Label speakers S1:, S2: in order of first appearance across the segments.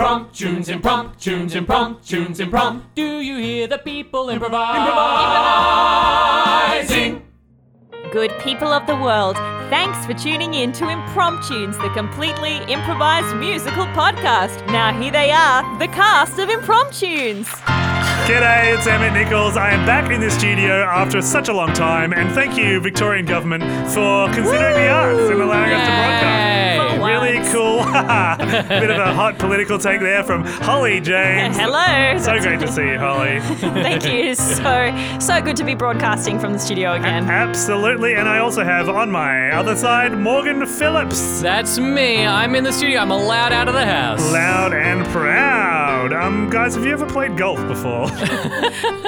S1: Impromptunes, impromptunes, impromptunes, impromptunes.
S2: Do you hear the people
S1: Improvising.
S3: Good people of the world, thanks for tuning in to Impromptunes, the completely improvised musical podcast. Now here they are, the cast of Impromptunes.
S4: G'day, it's Emmett Nichols. I am back in the studio after such a long time, and thank you, Victorian government, for considering the arts and allowing us to broadcast. Oh,
S3: For
S4: Really
S3: once.
S4: cool. Bit of a hot political take there from Holly James.
S3: Hello.
S4: So great to see you, Holly.
S3: Thank you. So so good to be broadcasting from the studio again.
S4: Absolutely, and I also have on my other side Morgan Phillips.
S2: That's me. I'm in the studio. I'm allowed out of the house.
S4: Loud and proud. Um, guys, have you ever played golf before?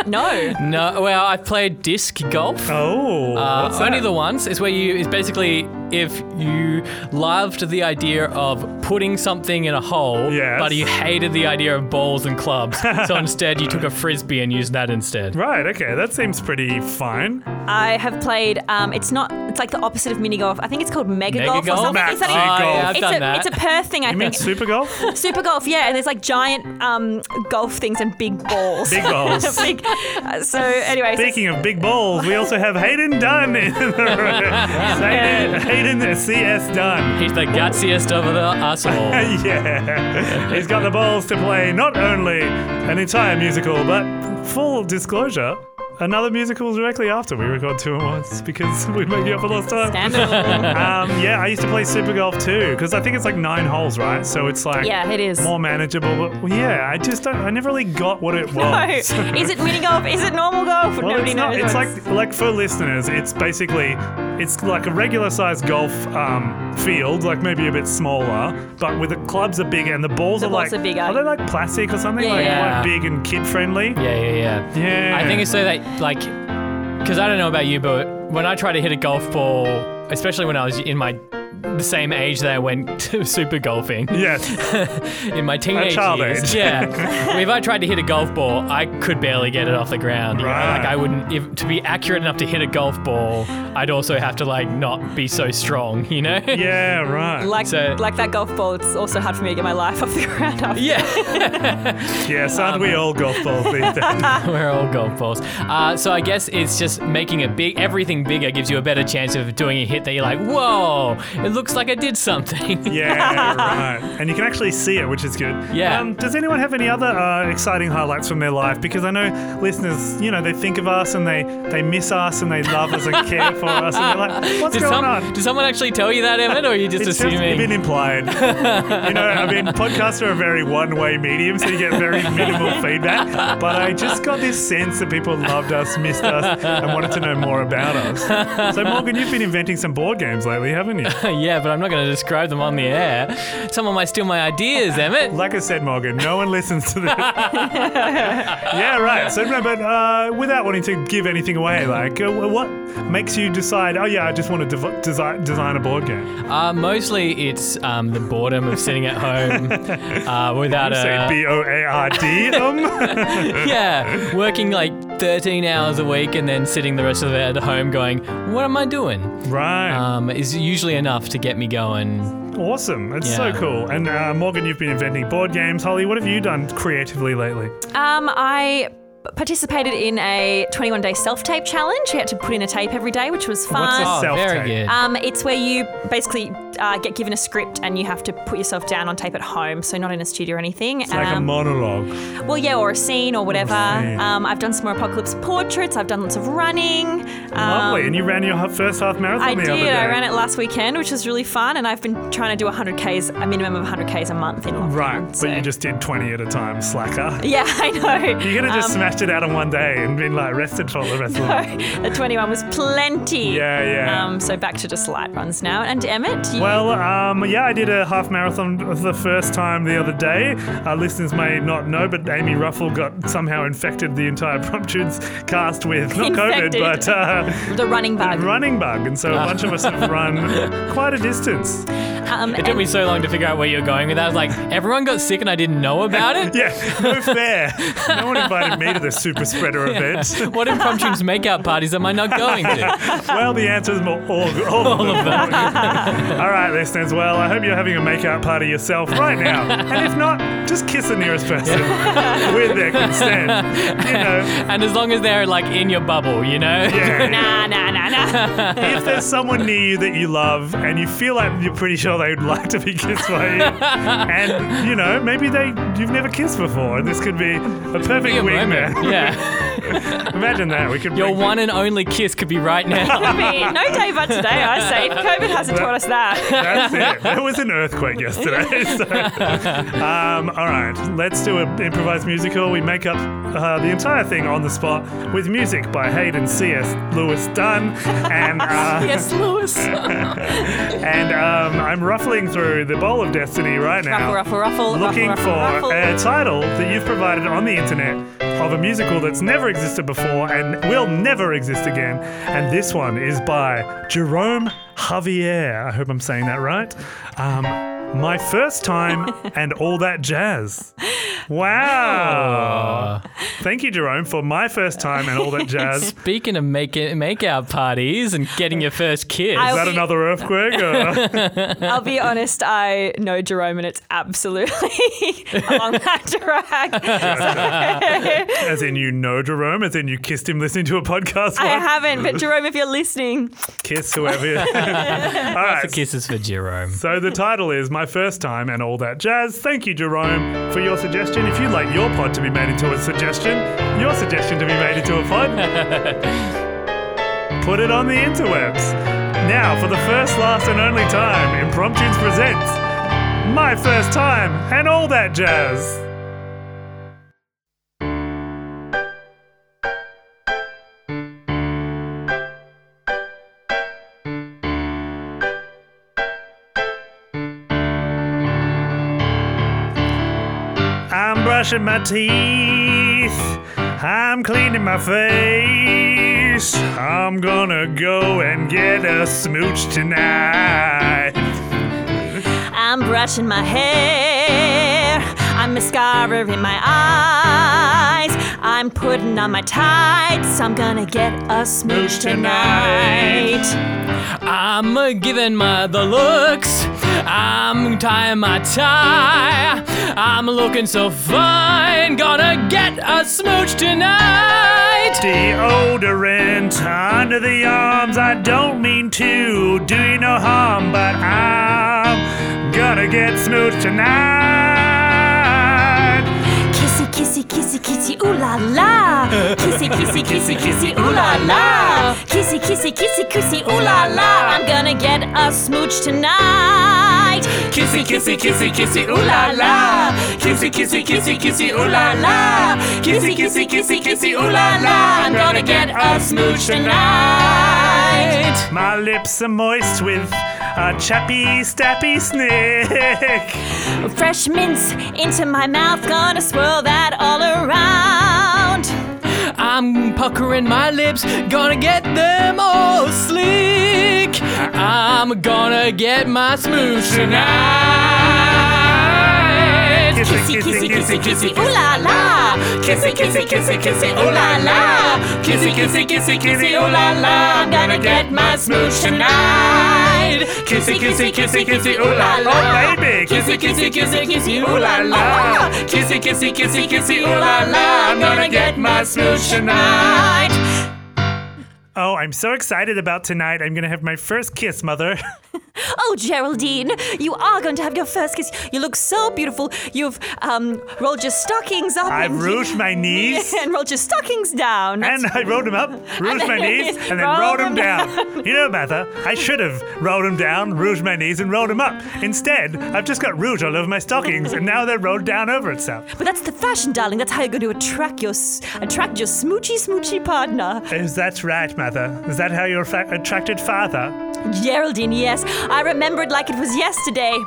S3: No.
S2: No, well, I've played disc golf.
S4: oh,
S2: Uh,
S4: what's
S2: only
S4: that?
S2: the once. It's where you is basically if you loved the idea of putting something in a hole,
S4: Yes.
S2: but you hated the idea of balls and clubs, so instead you took a frisbee and used that instead.
S4: Right, okay, that seems pretty fine.
S3: I have played um, it's not it's like the opposite of mini golf. I think it's called mega,
S2: Mega
S3: golf,
S2: golf?
S3: or something.
S4: Maxi
S3: It's something-
S4: golf.
S2: Oh, yeah, I've
S3: it's
S2: done
S3: a
S2: that.
S3: it's a Perth thing, I
S4: You mean
S3: think.
S4: super golf?
S3: Super golf, yeah, and there's like giant um, golf things and big balls.
S4: Big balls.
S3: Big- uh, so anyway, so-
S4: Speaking of big balls, we also have Hayden Dunn in the room. Hayden, Hayden CS Dunn.
S2: He's the gutsiest of the us all.
S4: Yeah. He's got the balls to play not only an entire musical, but full disclosure, another musical directly after we record two at once because we made you up for lost time.
S3: Scandal.
S4: Um, yeah, I used to play Super Golf too because I think it's like nine holes, right? So it's like
S3: yeah, it is.
S4: more manageable. But well, yeah, I just don't, I never really got what it
S3: No,
S4: was.
S3: is it mini golf? Is it normal golf?
S4: Oh. Well,
S3: Nobody
S4: it's not.
S3: knows.
S4: It's like like for listeners, it's basically it's like a regular sized golf um, field, like maybe a bit smaller, but with the clubs are bigger and the balls
S3: The
S4: are
S3: balls
S4: like
S3: are bigger.
S4: they like plastic or something?
S3: Yeah,
S4: like,
S2: yeah.
S4: like big and kid friendly.
S2: Yeah, yeah, yeah.
S4: Yeah.
S2: I think it's so that, like, because I don't know about you, but when I try to hit a golf ball, especially when I was in my the same age that I went to super golfing
S4: Yes.
S2: in my teenage
S4: child
S2: years,
S4: age.
S2: yeah. if I tried to hit a golf ball, I could barely get it off the ground. you know,
S4: Right.
S2: Like I wouldn't, if to be accurate enough to hit a golf ball, I'd also have to like not be so strong, you know?
S4: Yeah. Right.
S3: like,
S2: so-
S3: like that golf ball. It's also hard for me to get my life off the ground. After.
S2: yeah.
S4: yes. Aren't we all golf balls these days?
S2: We're all golf balls. Uh, so I guess it's just making it big. Everything bigger gives you a better chance of doing a hit that you're like, whoa, it looks like I did something.
S4: Yeah, right. And you can actually see it, which is good.
S2: Yeah.
S4: Um, does anyone have any other uh, exciting highlights from their life? Because I know listeners, you know, they think of us and they, they miss us and they love us and care for us. And they're like, what's
S2: did,
S4: going
S2: some-
S4: on?
S2: did someone actually tell you that, Evan, or are you just
S4: It's just
S2: assuming?
S4: been implied. you know, I mean, podcasts are a very one way medium, so you get very minimal feedback. But I just got this sense that people loved us, missed us, and wanted to know more about us. So, Morgan, you've been inventing some board games lately, haven't you?
S2: yeah, but I'm not going to describe them on the air. Someone might steal my ideas, Emmett.
S4: Like I said, Morgan, no one listens to this. yeah, right. So, no, but uh, without wanting to give anything away, like, uh, wh- what makes you decide, oh, yeah, I just want to dev- desi- design a board game?
S2: Uh, mostly it's um, the boredom of sitting at home uh, without
S4: Say
S2: a.
S4: B O A R D. um.
S2: Yeah, working like 13 hours a week and then sitting the rest of it at home going, what am I doing?
S4: Right.
S2: um, is usually enough to get me going.
S4: awesome. It's
S2: yeah.
S4: so cool. And uh, Morgan, you've been inventing board games. Holly, what have you done creatively lately?
S3: Um, I participated in a 21 day self tape challenge. You had to put in a tape every day, which was fun.
S4: What's a self-
S2: very
S4: Self-tape.
S2: good.
S3: Um, it's where you basically uh, get given a script and you have to put yourself down on tape at home, so not in a studio or anything.
S4: Like a Oh,
S3: Um,
S4: monologue.
S3: well, yeah, or a scene or whatever.
S4: scene.
S3: Um, I've done some more apocalypse portraits. I've done lots of running. Um,
S4: Lovely. And you ran your h- first half marathon
S3: I
S4: the
S3: did.
S4: other day.
S3: I ran it last weekend, which was really fun. And I've been trying to do 100Ks, a minimum of 100Ks a month in lockdown.
S4: Right. But
S3: so-
S4: you just did 20 at a time, slacker.
S3: Yeah, I know.
S4: You could have just
S3: Um,
S4: smashed it out in one day and been like rested for the rest of the
S3: the 21 was plenty.
S4: Yeah, yeah.
S3: Um, so back to just light runs now. And Emmett, you,
S4: Well, um, yeah, I did a half marathon for the first time the other day. Uh, listeners may not know, but Amy Ruffle got somehow infected the entire Promptudes cast with not COVID,
S3: Infected.
S4: but uh,
S3: the running bug.
S4: running bug. And so a bunch of us have run quite a distance.
S3: Um,
S2: It took
S3: and-
S2: me so long to figure out where you're going with that. I was like, everyone got sick and I didn't know about it.
S4: Yeah, no fair. No one invited me to the super spreader event.
S2: What impromptu makeout parties am I not going to?
S4: Well, the answer is more all, all, of them. all right, listeners. Well, I hope you're having a makeout party yourself right now. And if not, just kiss the nearest person with their consent. You know,
S2: And as long as they're like in your bubble, you know?
S4: yeah.
S3: nah, nah, nah, nah.
S4: If there's someone near you that you love and you feel like you're pretty sure they'd like to be kissed by you, and you know, maybe they you've never kissed before, and this could be a perfect
S2: Be a moment.
S4: wingman.
S2: Yeah.
S4: Imagine that. We could
S2: Your
S4: bring
S2: one and only kiss could be right now.
S3: Could be. No day but today, I say. If COVID hasn't taught us that.
S4: That's it. There was an earthquake yesterday. So. Um, all right, let's do an improvised musical. We make up uh, the entire thing on the spot with music by Hayden C.S. Lewis Dunn, and uh,
S3: Yes, Lewis.
S4: and um, I'm ruffling through the bowl of destiny right now,
S3: Ruffle, ruffle, ruffle.
S4: looking
S3: ruffle, ruffle,
S4: for
S3: ruffle.
S4: a title that you've provided on the internet of a musical that's never existed before and will never exist again. And this one is by Jerome Javier. I hope I'm saying that right. Um, my first time and all that jazz. Wow. Thank you, Jerome, for my first time and all that jazz.
S2: Speaking of make makeout parties and getting your first kiss.
S3: I-
S4: Is that another earthquake? or-
S3: I'll be honest, I know Jerome and it's absolutely along that track. So,
S4: as in, you know Jerome, as in, you kissed him listening to a podcast.
S3: I
S4: once?
S3: haven't, but Jerome, if you're listening,
S4: Kiss whoever you. all right.
S2: Kisses for Jerome.
S4: So the title is My First Time and All That Jazz. Thank you, Jerome, for your suggestion. If you'd like your pod to be made into a suggestion, your suggestion to be made into a pod, put it on the interwebs. Now, for the first, last, and only time, Impromptu's presents My First Time and All That Jazz. I'm brushing my teeth. I'm cleaning my face. I'm gonna go and get a smooch tonight.
S3: I'm brushing my hair. I'm mascara in my eyes. I'm putting on my tights. I'm gonna get a smooch
S4: tonight.
S3: tonight.
S2: I'm uh, giving my the looks. I'm tying my tie. I'm looking so fine. Gonna get a smooch tonight.
S4: Deodorant under the arms. I don't mean to do you no harm, but I'm gonna get smooch tonight.
S3: Kissy, kissy, kissy, kissy, ooh la la. Kissy, kissy, kissy, kissy, ooh la la. Kissy, kissy, kissy, kissy, ooh la la. I'm gonna get a smooch tonight.
S1: Kissy, kissy, kissy, kissy, ooh la la. Kissy, kissy, kissy, kissy, ooh la la. Kissy, kissy, kissy, kissy, ooh la la. I'm gonna get a smooch tonight.
S4: My lips are moist with a chappy, stappy snick.
S3: Fresh mints into my mouth, gonna swirl that all around.
S2: I'm puckering my lips. Gonna get them all slick. I'm gonna get my smooch tonight.
S3: Kissy, kissy, kissy, kissy, ooh la la.
S1: Kissy, kissy, kissy, kissy, ooh la la. Kissy, kissy, kissy, kissy, ooh la la. I'm gonna get my smooch tonight. Kissy, kissy, kissy, kissy, ooh la la.
S4: Oh, baby.
S1: Kissy, kissy, kissy, kissy, ooh la la. Kissy, kissy, kissy, kissy, ooh la la. I'm gonna get my smooch tonight.
S4: Oh, I'm so excited about tonight. I'm going to have my first kiss, mother.
S3: Oh, Geraldine, you are going to have your first kiss. You look so beautiful. You've um, rolled your stockings up.
S4: I've
S3: and-
S4: rouged my knees.
S3: And rolled your stockings down.
S4: And I rolled them up, rouged my knees, and then
S3: Roll
S4: rolled
S3: them
S4: them down. You know, Martha, I should have rolled them down, rouged my knees, and rolled them up. Instead, I've just got rouge all over my stockings, and now they're rolled down over itself.
S3: but that's the fashion, darling. That's how you're going to attract your s- attract your smoochy smoochy partner.
S4: Is that right, Martha? Is that how you fa- attracted father?
S3: Geraldine, yes, I remembered like it was yesterday.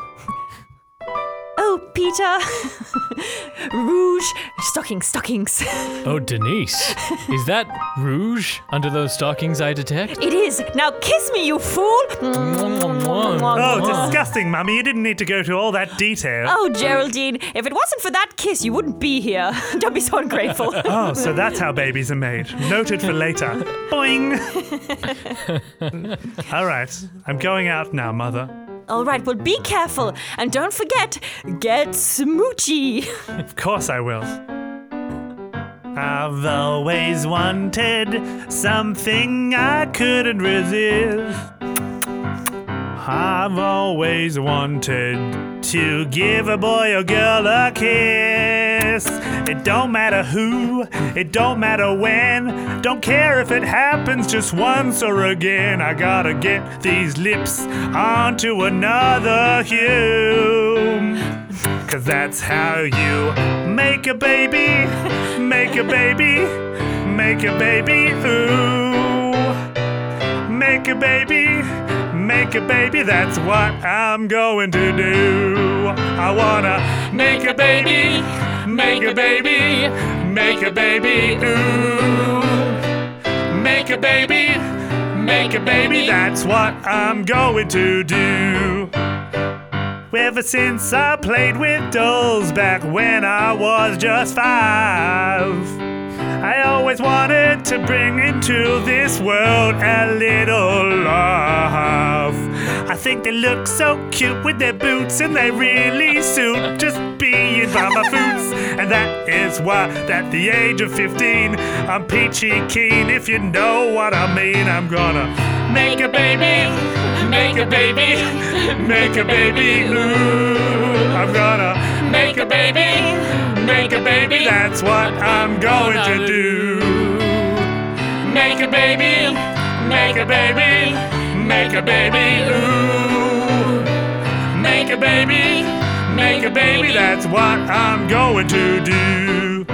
S3: Oh, Peter. Rouge stockings, stockings.
S2: Oh, Denise, is that rouge under those stockings I detect?
S3: It is. Now kiss me, you fool.
S4: Oh,
S2: Oh,
S4: disgusting, Mummy. You didn't need to go to all that detail.
S3: Oh, Geraldine, if it wasn't for that kiss, you wouldn't be here. Don't be so ungrateful.
S4: Oh, so that's how babies are made. Noted for later. Boing! All right, I'm going out now, Mother.
S3: All right, well, be careful. And don't forget, get smoochy.
S4: Of course I will. I've always wanted something I couldn't resist. I've always wanted to give a boy or girl a kiss. It don't matter who, it don't matter when, don't care if it happens just once or again. I gotta get these lips onto another hue. Cause that's how you make a baby, make a baby, make a baby, ooh. Make a baby, make a baby, that's what I'm going to do. I wanna make a baby, make a baby, make a baby, ooh. Make a baby, make a baby, that's what I'm going to do. Ever since I played with dolls back when I was just five, I always wanted to bring into this world a little love. I think they look so cute with their boots and they really suit just being mama foots. And that is why, at the age of 15, I'm peachy keen. If you know what I mean, I'm gonna make a baby, make a baby, make a baby, ooh. I'm gonna make a baby, make a baby, that's what I'm going to do. Make a baby, make a baby, make a baby, ooh. Make a baby, make a baby, that's what I'm going to do.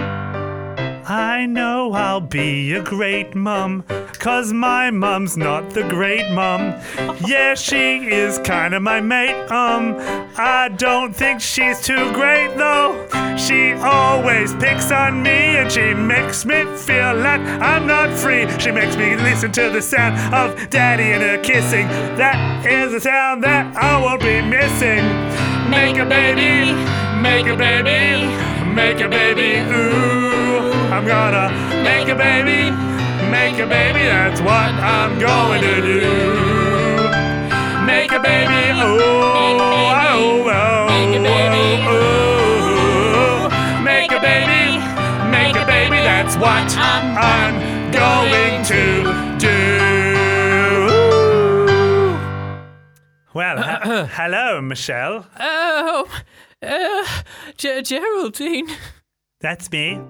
S4: I know I'll be a great mum, cause my mum's not the great mum. Yeah, she is kinda my mate, um. I don't think she's too great though. She always picks on me and she makes me feel like I'm not free. She makes me listen to the sound of daddy and her kissing. That is a sound that I won't be missing. Make a baby, make a baby, make a baby, ooh. I'm gonna make a baby, make a baby, that's what I'm going to do. Make a baby, oh, oh, oh, oh, oh. Make a baby, make a baby, that's what I'm going to do. Well, he- hello, Michelle.
S2: Oh, uh, Ge- Geraldine.
S4: That's me.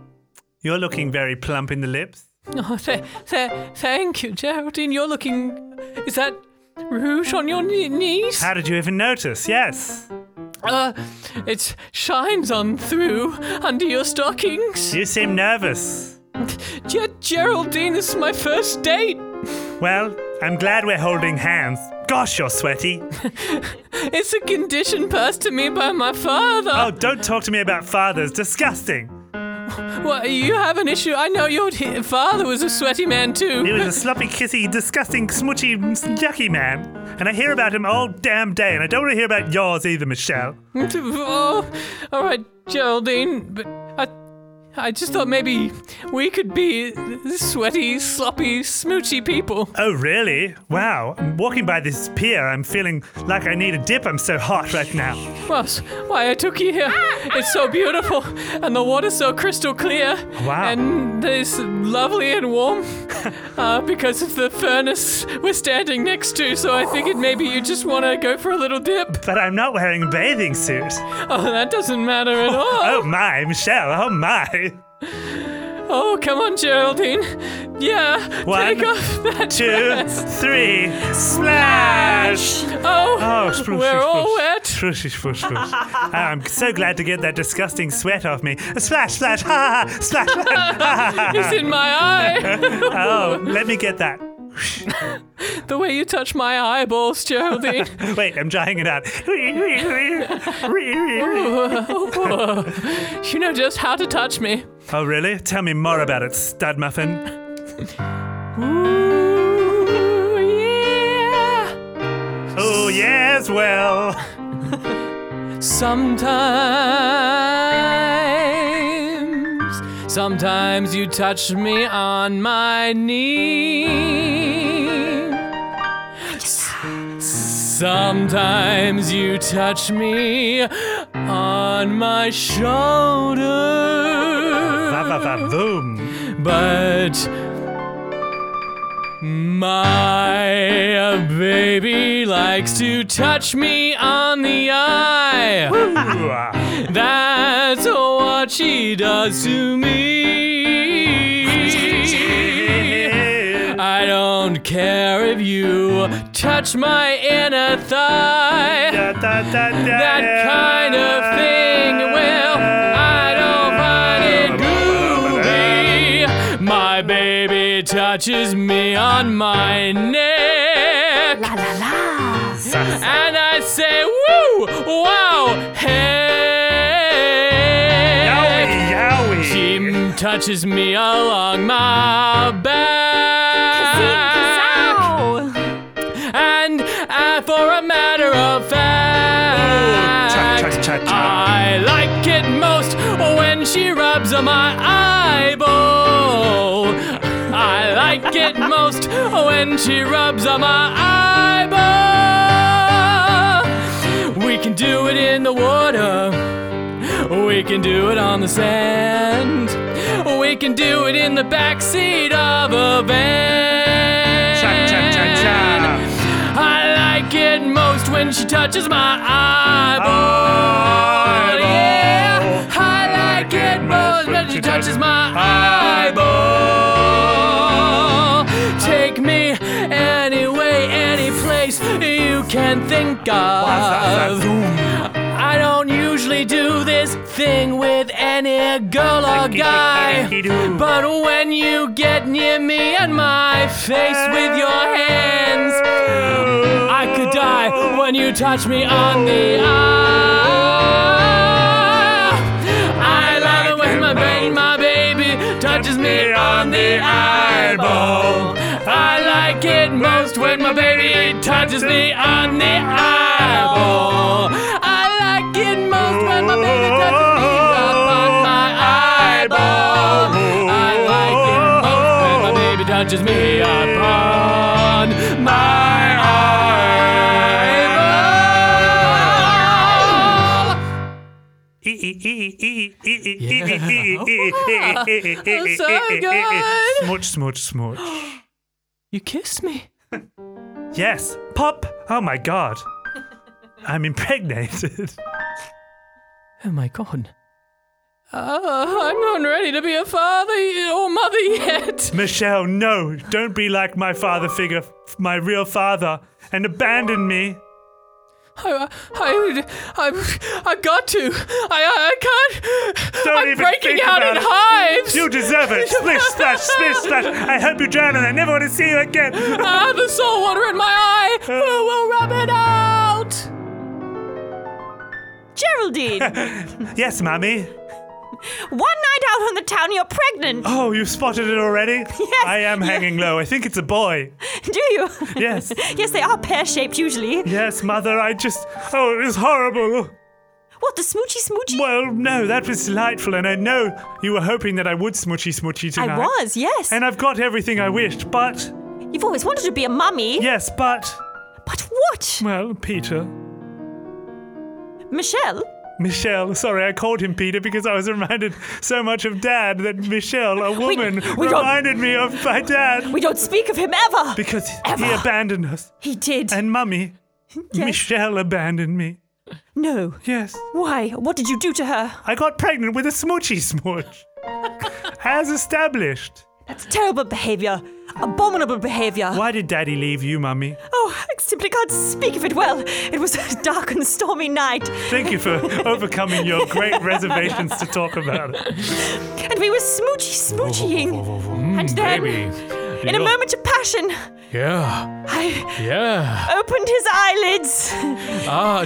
S4: You're looking very plump in the lips.
S2: Oh, th- th- thank you, Geraldine. You're looking. Is that rouge on your kne- knees?
S4: How did you even notice? Yes.
S2: Uh, it shines on through under your stockings.
S4: You seem nervous.
S2: Ge- Geraldine, this is my first date.
S4: Well, I'm glad we're holding hands. Gosh, you're sweaty.
S2: It's a condition passed to me by my father.
S4: Oh, don't talk to me about fathers. Disgusting.
S2: Well, you have an issue. I know your t- father was a sweaty man too.
S4: He was a sloppy, kissy, disgusting, smutty, yucky man. And I hear about him all damn day, and I don't want to hear about yours either, Michelle.
S2: oh, all right, Geraldine, but I, I just thought maybe we could be sweaty, sloppy, smoochy people.
S4: Oh, really? Wow. I'm walking by this pier. I'm feeling like I need a dip. I'm so hot right now.
S2: Well, s- why I took you here? It's so beautiful, and the water's so crystal clear.
S4: Wow.
S2: And it's lovely and warm uh, because of the furnace we're standing next to. So I figured maybe you just want to go for a little dip.
S4: But I'm not wearing a bathing suit.
S2: Oh, that doesn't matter at all.
S4: Oh, my, Michelle. Oh, my.
S2: Oh, come on, Geraldine. Yeah,
S4: One,
S2: take off that
S4: Two,
S2: dress.
S4: three, splash!
S2: Oh,
S4: Oh, spruce,
S2: we're
S4: spruce,
S2: all
S4: spruce.
S2: wet.
S4: Shush, shush, shush, shush. Ah, I'm so glad to get that disgusting sweat off me. Splash, splash, ha, ha, ha, splash, splash.
S2: It's in my eye.
S4: Oh, let me get that.
S2: The way you touch my eyeballs, Geraldine.
S4: Wait, I'm trying it out. oh,
S2: you know just how to touch me.
S4: Oh, really? Tell me more about it, stud muffin.
S2: Ooh, yeah.
S4: Oh, yes, well.
S2: Sometimes, sometimes you touch me on my knee. S- Sometimes you touch me on my shoulder.
S4: Va, va, va, boom.
S2: But my baby likes to touch me on the eye.
S4: Ooh.
S2: That's what she does to me. I don't care if you touch my inner thigh.
S4: Da, da, da, da.
S2: That kind of thing, well, I don't find it groovy. My baby touches me on my neck,
S3: La la la.
S4: Ah.
S2: and I say, woo, wow, hey.
S4: Yowie, yowie.
S2: She touches me along my back.
S3: Ow.
S2: And uh, for a matter of
S4: cha,
S2: fact,
S4: cha, cha, cha.
S2: I like it most when she rubs on my eyeball. I like it most when she rubs on my eyeball. We can do it in the water. We can do it on the sand. We can do it in the backseat of a van.
S4: Cha, cha, cha, cha.
S2: I like it most when she touches my eyeball.
S4: Eyeball.
S2: Yeah, I like it most when she touches my eyeball. Take me any way, any place you can think
S4: Va, va,
S2: of.
S4: va, boom.
S2: I don't usually do this thing with any girl or guy. But when you get near me and my face with your hands, I could die when you touch me on the eye. I love it when my brain, my baby, touches me on the eyeball. I like it most when my baby touches me on the eyeball. I like it most when my baby touches me upon my eyeball. I like it most when my baby touches me upon my eyeball.
S4: Yeah. Smooch, smooch, smooch.
S2: You kissed me.
S4: Yes, pop. Oh my god. I'm impregnated.
S2: Oh my god. Uh, I'm not ready to be a father or mother yet.
S4: Michelle, no, don't be like my father figure, my real father, and abandon me.
S2: I, I, I, I got to. I, I can't.
S4: Don't
S2: I'm
S4: even
S2: breaking
S4: think
S2: out
S4: about
S2: in
S4: it.
S2: hives.
S4: You deserve it. Splish, splash, splish, splash. I hope you drown and I never want to see you again.
S2: ah, the salt water in my eye. Who will rub it out?
S3: Geraldine,
S4: Yes, mummy.
S3: one night out on the town, you're pregnant.
S4: Oh, you spotted it already? Yes. I am hanging low. I think it's a boy.
S3: Do you?
S4: Yes.
S3: yes, they are pear shaped usually.
S4: Yes, mother, I just. Oh, it was horrible.
S3: What, the smoochy smoochy?
S4: Well, no, that was delightful, and I know you were hoping that I would smoochy smoochy
S3: I
S4: tonight.
S3: was, yes.
S4: And I've got everything I wished, but.
S3: You've always wanted to be a mummy.
S4: Yes, but.
S3: But what?
S4: Well, Peter.
S3: Michelle?
S4: Michelle, sorry, I called him Peter because I was reminded so much of Dad that Michelle, a woman,
S3: we don't-
S4: reminded me of my dad
S3: We don't speak of him ever.
S4: because he
S3: Ever.
S4: abandoned us.
S3: he did.
S4: And Mummy,
S3: Yes.
S4: Michelle abandoned me.
S3: no.
S4: Yes.
S3: Why? What did you do to her?
S4: I got pregnant with a smoochy smooch. As established.
S3: That's terrible behavior. Abominable behavior.
S4: Why did Daddy leave you, Mummy?
S3: Oh, I simply can't speak of it well. It was a dark and stormy night,
S4: Thank you for overcoming your great reservations to talk about it. Oh,
S3: and we were smoochy smooching. And then, in a moment of passion,
S2: Yeah.
S3: I
S2: Yeah.
S3: opened his eyelids.
S2: Ah.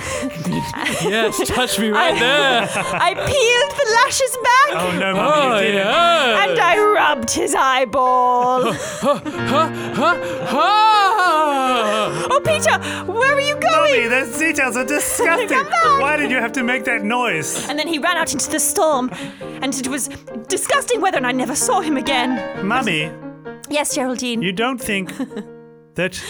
S2: yes. Touch me right there.
S3: I peeled the lashes back.
S4: Oh no, mummy,
S2: Oh
S4: you didn't.
S2: yeah.
S3: And I rubbed his eyeball.
S2: Huh, huh, huh.
S3: oh, Peter, where are you going?
S4: Mummy, those details are disgusting.
S3: Come back.
S4: Why did you have to make that noise?
S3: And then he ran out into the storm, and it was disgusting weather, and I never saw him again.
S4: Mummy,
S3: Yes, Geraldine.
S4: you don't think that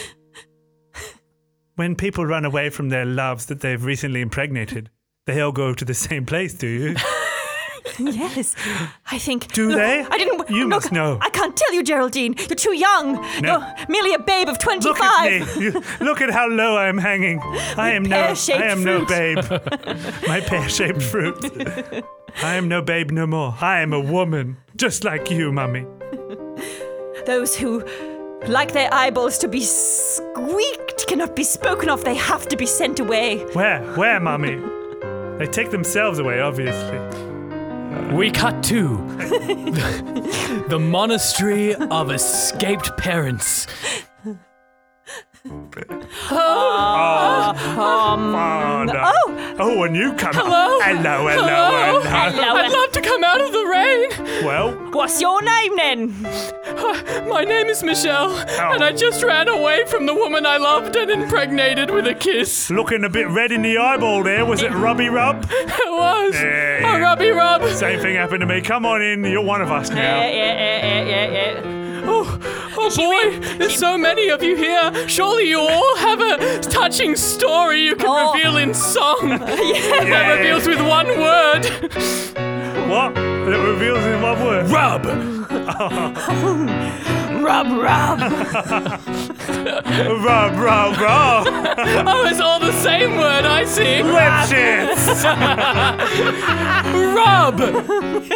S4: when people run away from their loves that they've recently impregnated, they all go to the same place, do you?
S3: Yes, I think.
S4: Do
S3: Look,
S4: they?
S3: I didn't.
S4: You
S3: look,
S4: must know.
S3: I can't tell you, Geraldine. You're too young.
S4: No.
S3: You're merely a babe of
S4: Look at
S3: twenty-five.
S4: me. You- Look at how low I am hanging. I am no
S3: pear-shaped
S4: I am no
S3: fruit.
S4: babe. My pear-shaped fruit. I am no babe no more. I am a woman, just like you, mummy.
S3: Those who like their eyeballs to be squeaked cannot be spoken of. They have to be sent away.
S4: Where? Where, mummy? They take themselves away, obviously.
S3: Mm,
S2: We cut to the monastery of escaped parents.
S4: Oh, no.
S3: oh.
S4: Oh, a newcomer.
S2: Hello?
S4: Hello, hello, hello.
S2: Hello? I'd love to come out of the rain.
S4: Well,
S3: What's your name then?
S2: My name is Michelle, and I just ran away from the woman I loved and impregnated with a kiss.
S4: looking a bit red in the eyeball there. Was it Robbie Rub?
S2: It was
S4: Yeah.
S2: a rubby rub.
S4: Same thing happened to me. Come on in. You're one of us
S3: Yeah,
S4: now.
S3: yeah, yeah,
S4: eh,
S3: yeah, yeah.
S2: Oh, oh boy, there's so many of you here. Surely you all have a touching story you can
S3: Oh.
S2: reveal in song
S4: Yeah.
S2: that reveals with one word.
S4: What? It reveals in one word.
S2: Rub.
S3: Rub, rub.
S4: Rub, rub, rub.
S2: Oh, it's all the same word. I see.
S4: Lipshits.
S2: Rub!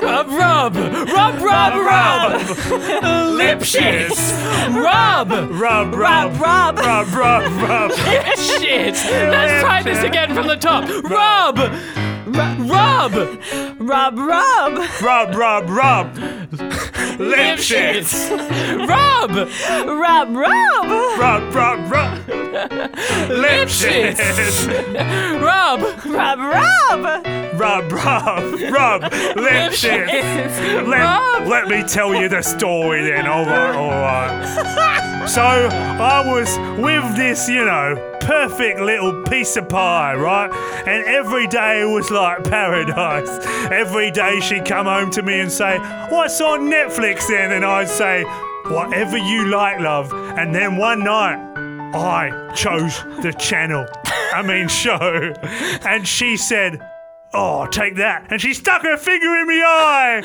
S2: Rub, rub! Rub, rub, rub! Lip shit! Rub!
S4: Rub,
S3: Rub, rub.
S4: rub, rub, rub, rub.
S2: Shit! Let's try this again from the top. Rub! Rub!
S3: rub, rub.
S4: Rub, rub, rub. Lip shits.
S2: Rub!
S3: Rub, rub.
S4: Rub, rub, rub. Lip shits.
S2: Rub!
S3: Rub, rub.
S4: Rub, rub, rub. Lip shits. Let,
S2: Rub!
S4: let me tell you the story then. All right, all right. So I was with this, you know, perfect little piece of pie, right? And every day was like paradise. Every day she'd come home to me and say, "What's on Netflix?" Then, and I'd say, "Whatever you like, love." And then one night. I chose the channel, I mean, show. And she said, Oh, take that. And she stuck her finger in my eye.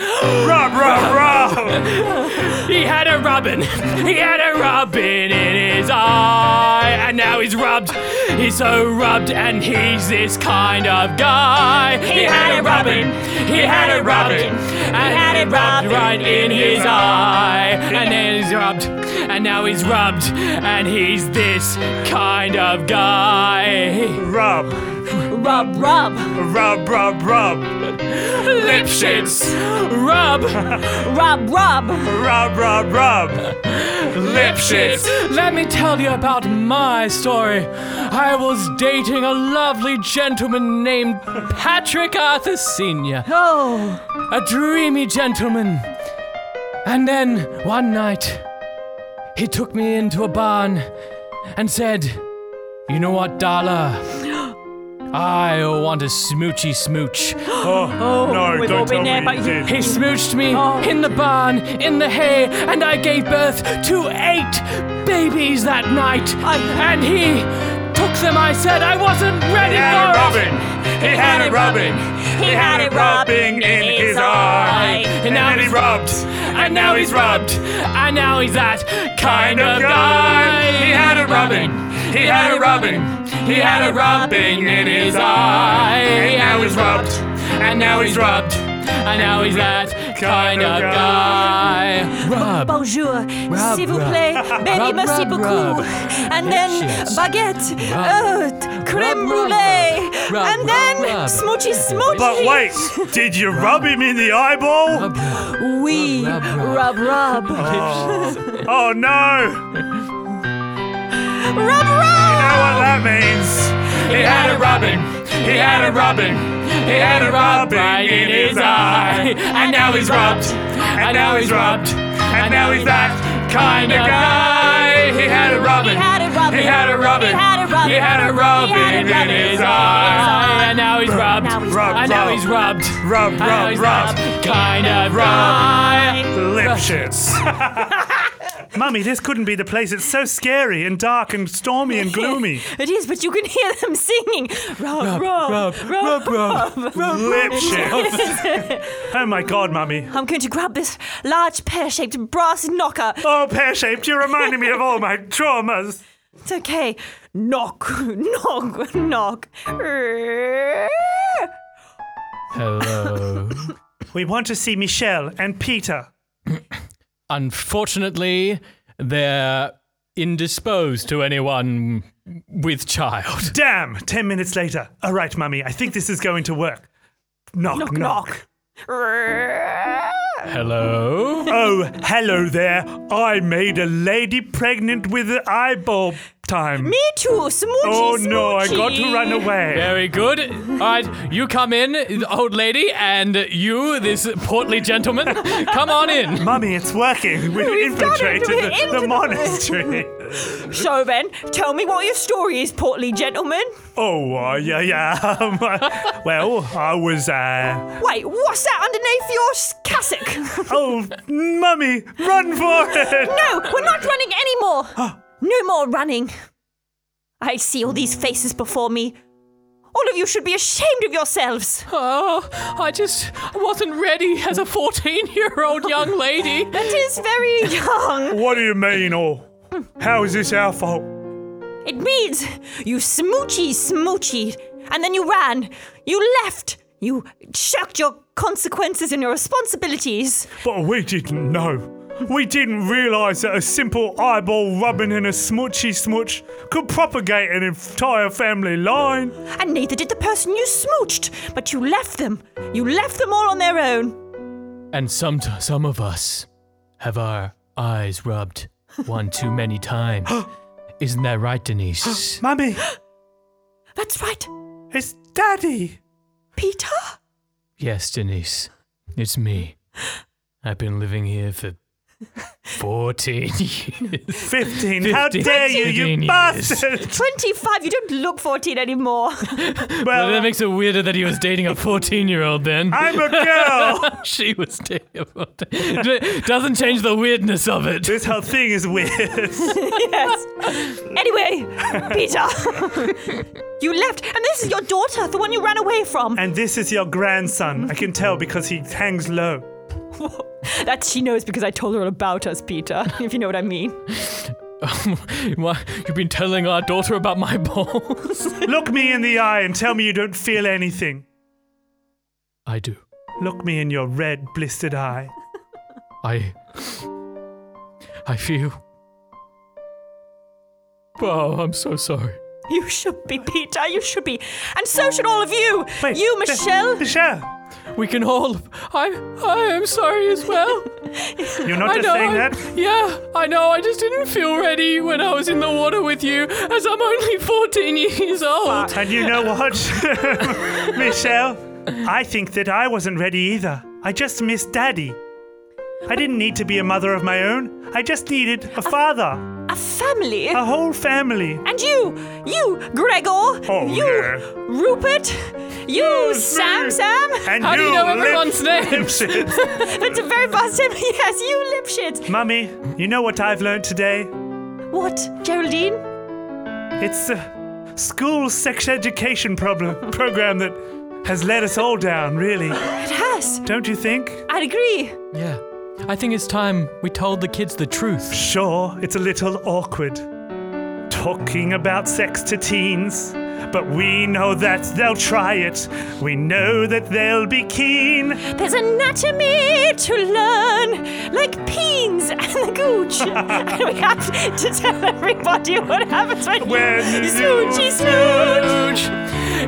S4: rub, rub, rub.
S2: He had a robin. He had a robin in his eye. And now he's rubbed. He's so rubbed, and he's this kind of guy. He,
S3: had a robin.
S2: He had a robin. And he
S3: had a
S2: rubbed
S3: robin
S2: right in his eye. And then he's rubbed. And now he's rubbed. And he's this kind of guy.
S4: Rub,
S3: Rub, rub.
S4: rub, rub, rub.
S2: Lip shits. Rub.
S3: Rub, rub.
S4: Rub, rub, rub.
S2: Lip shits. Let me tell you about my story. I was dating a lovely gentleman named Patrick Arthur Sr.
S3: Oh,
S2: a dreamy gentleman. And then one night, he took me into a barn and said, You know what, Darla? I want a smoochy smooch.
S4: no,
S3: we've
S4: don't
S3: all been
S4: tell
S3: there,
S4: me
S3: but
S4: you
S3: you-
S4: did.
S2: He smooched me in the barn, in the hay, and I gave birth to eight babies that night.
S3: I-
S2: And he took them. I said I wasn't ready
S4: He
S2: for
S4: had a
S2: it.
S4: robin. He had a robin. He had a rubbing in his eye. And then he rubbed.
S2: And now he's rubbed. And now he's that
S4: Kind
S2: kind of
S4: of
S2: guy.
S4: guy. He had a rubbing. He had a rubbing.
S2: He had a rubbing in his eye. And now he's rubbed. And now he's rubbed. And now he's that kind of guy. Rub.
S3: bonjour,
S2: Rub,
S3: s'il vous
S2: rub.
S3: plaît, baby,
S2: Rub,
S3: merci
S2: rub,
S3: beaucoup.
S2: rub.
S3: And then
S2: Yes.
S3: baguette,
S2: Rub.
S3: oat, creme
S2: Rub, rub,
S3: brulee,
S2: rub.
S3: and
S2: Rub,
S3: then
S2: rub, rub.
S3: smoochy smoochy.
S4: But wait, did you rub him in the eyeball?
S3: we
S2: Rub,
S3: rub rub.
S4: Oh no!
S3: Rob Rob!
S4: know what that means.
S2: He had a robin. He had a robin. He had a robin in his eye. And now he's robbed. And now he's robbed. And now he's that kind of guy. He had a robin.
S3: He had a robin.
S2: He had a robin.
S3: He had a robin.
S2: He
S3: He
S2: had a
S3: had a
S2: robin
S3: robin
S2: in his
S3: in
S2: eye.
S3: his eye.
S2: And now he's robbed.
S3: Now he's
S4: robbed.
S2: And now he's robbed.
S4: Rob,
S2: And now
S4: Rob,
S2: he's
S4: Rob.
S2: robbed. Kind of guy.
S4: Lipshits. Mummy, this couldn't be the place. It's so scary and dark and stormy and gloomy.
S3: It is, but you can hear them singing. Rob, Rob, Rob, Rob,
S4: Lipshits. oh my god, Mummy.
S3: I'm going to grab this large pear-shaped brass knocker.
S4: Oh, pear shaped, you reminded me of all my traumas.
S3: It's okay. Knock, knock, knock.
S2: Hello.
S4: We want to see Michelle and Peter.
S2: Unfortunately, they're indisposed to anyone with child.
S4: Damn, 10 minutes later. All right, Mummy, I think this is going to work. Knock, knock.
S3: Knock, knock.
S2: Hello?
S4: Oh, hello there. I made a lady pregnant with an eyeball time.
S3: Me too, smoochy,
S4: Oh no, I got to
S3: smoochy.
S4: run away.
S2: Very good. All right, you come in, old lady, and you, this portly gentleman, come on in.
S4: Mummy, it's working. We've,
S3: done it.
S4: infiltrated
S3: We're
S4: the,
S3: into
S4: the
S3: the-
S4: monastery.
S3: So then, tell me what your story is, portly gentleman.
S4: oh, uh, yeah, yeah. Um, uh, well, I was, uh.
S3: Wait, what's that underneath your s- cassock?
S4: Oh, Mummy, run for it!
S3: no, we're not running anymore. No more running. I see all these faces before me. All of you should be ashamed of yourselves.
S2: Oh, I just wasn't ready as a 14 year old young lady.
S3: That is very young.
S4: What do you mean, all? How is this our fault?
S3: It means you smoochy smoochied, and then you ran. You left. You shirked your consequences and your responsibilities.
S4: But we didn't know. We didn't realise that a simple eyeball rubbing in a smoochy smooch could propagate an entire family line.
S3: And neither did the person you smooched, but you left them. You left them all on their own.
S2: And some, some of us have our eyes rubbed one too many times. Isn't that right, Denise?
S4: Mummy,
S3: That's right,
S4: it's Daddy.
S3: Peter.
S2: Yes, Denise. It's me. I've been living here for 14 years.
S4: 15. How
S2: 15.
S4: dare you,
S2: 15
S4: you
S2: years.
S4: bastard!
S3: 25, you don't look 14 anymore.
S2: Well, that
S4: Well,
S2: makes it weirder that he was dating a 14 year old then.
S4: I'm a girl.
S2: Oh, she was dating a 14. D- Doesn't change the weirdness of it.
S4: this whole thing is weird.
S3: yes. Anyway, Peter, you left, and this is your daughter, the one you ran away from.
S4: and this is your grandson. I can tell because he hangs low.
S3: That she knows because I told her all about us, Peter, if you know what I mean.
S2: Why- You've been telling our daughter about my balls?
S4: Look me in the eye and tell me you don't feel anything.
S2: I do.
S4: Look me in your red, blistered eye.
S2: I. I feel. Wow, I'm so sorry.
S3: You should be, Peter, you should be. And so should all of you.
S4: Wait,
S3: you,
S4: Mi-
S3: Michelle.
S4: Michelle.
S2: We can all. I'm. I am sorry as well.
S4: You're not
S2: I
S4: just
S2: know.
S4: saying
S2: I-
S4: that?
S2: Yeah, I know. I just didn't feel ready when I was in the water with you, as I'm only 14 years old.
S4: And you know what, Michelle? I think that I wasn't ready either. I just missed daddy. I didn't need to be a mother of my own. I just needed a father,
S3: a family.
S4: a whole family.
S3: and you, you, Gregor.
S4: Oh,
S3: you,
S4: yeah.
S3: Rupert. You, Sam, Sam.
S4: And
S2: How do you know
S4: lip-
S2: everyone's names?
S4: lipshits.
S3: That's a very fast time. Yes, you lipshit.
S4: Mummy, you know what I've learned today?
S3: What, Geraldine?
S4: It's the school sex education problem program that has let us all down, really.
S3: It has.
S4: Don't you think?
S3: I agree.
S2: Yeah. I think it's time we told the kids the truth.
S4: Sure, it's a little awkward talking about sex to teens, but we know that they'll try it. We know that they'll be keen.
S3: There's anatomy to learn, like peens and the gooch. and we have to tell everybody what happens when
S4: When
S3: you
S4: you
S3: smoochy smooch.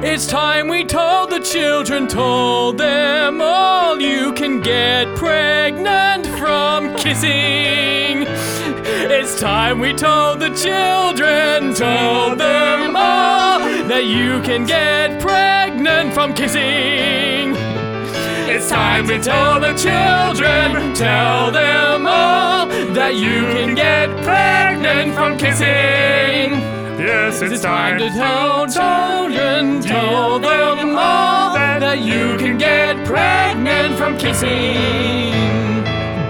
S2: It's time we told the children, told them all you can get pregnant from kissing. It's time we told the children, told them all that you can get pregnant from kissing. It's time we tell the children, tell them all that you can get pregnant from kissing.
S4: Yes, it's,
S2: It's
S4: time.
S2: time to tell children, tell them all that you can get pregnant from kissing.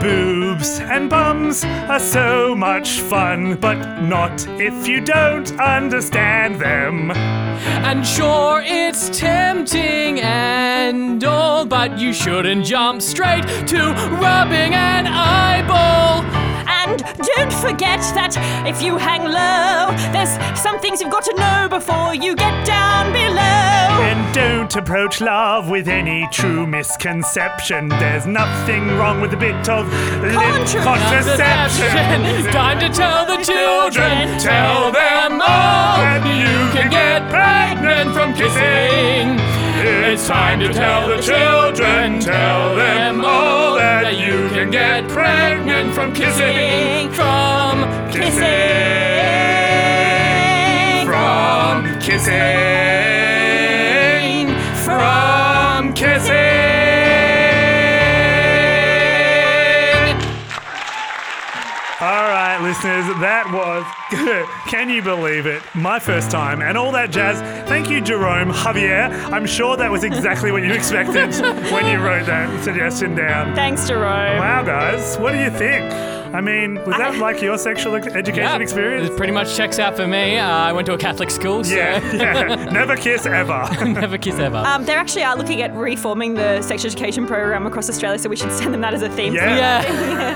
S4: Boobs and bums are so much fun, but not if you don't understand them.
S2: And sure, it's tempting and all, but you shouldn't jump straight to rubbing an eyeball.
S3: And don't forget that if you hang low, there's some things you've got to know before you get down below.
S4: And don't approach love with any true misconception. There's nothing wrong with a bit of lip
S3: Contra-
S4: contraception.
S2: Deception. Time to tell the children, tell them all that you can get pregnant from kissing. It's time to tell the children, tell them all that you can get pregnant from kissing. From
S4: Kissing from kissing from kissing. All right, listeners, that was Can You Believe It? My first time, and all that jazz. Thank you, Jerome Javier. I'm sure that was exactly what you expected when you wrote that suggestion down.
S3: Thanks, Jerome.
S4: Wow, guys, what do you think? I mean, was that like your sexual ed- education experience?
S2: It pretty much checks out for me. Uh, I went to a Catholic school, so
S4: Yeah, yeah. Never kiss ever.
S2: never kiss ever.
S3: Um, they actually are looking at reforming the sex education program across Australia, so we should send them that as a theme.
S4: Yeah.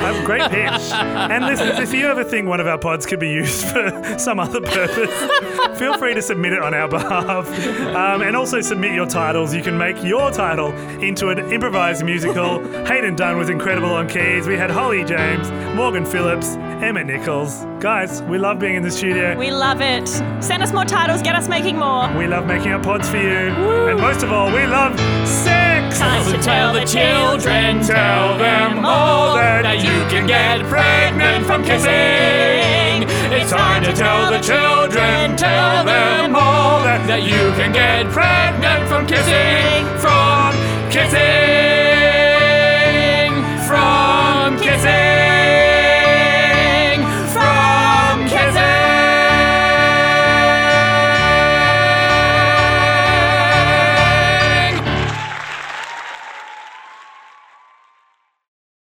S2: yeah.
S4: Um, great pitch. And listeners, if you ever think one of our pods could be used for some other purpose, feel free to submit it on our behalf. Um, and also submit your titles. You can make your title into an improvised musical. Hayden Dunn was incredible on keys. We had Holly James, Morgan Phillips, Emma Nichols. Guys, we love being in the studio.
S3: We love it. Send us more titles, get us making more.
S4: We love making our pods for you. And most of all, we love sex.
S2: So tell the children, tell them all that you can get pregnant from kissing. It's time to tell the children, tell them all that you can get pregnant from kissing, from kissing.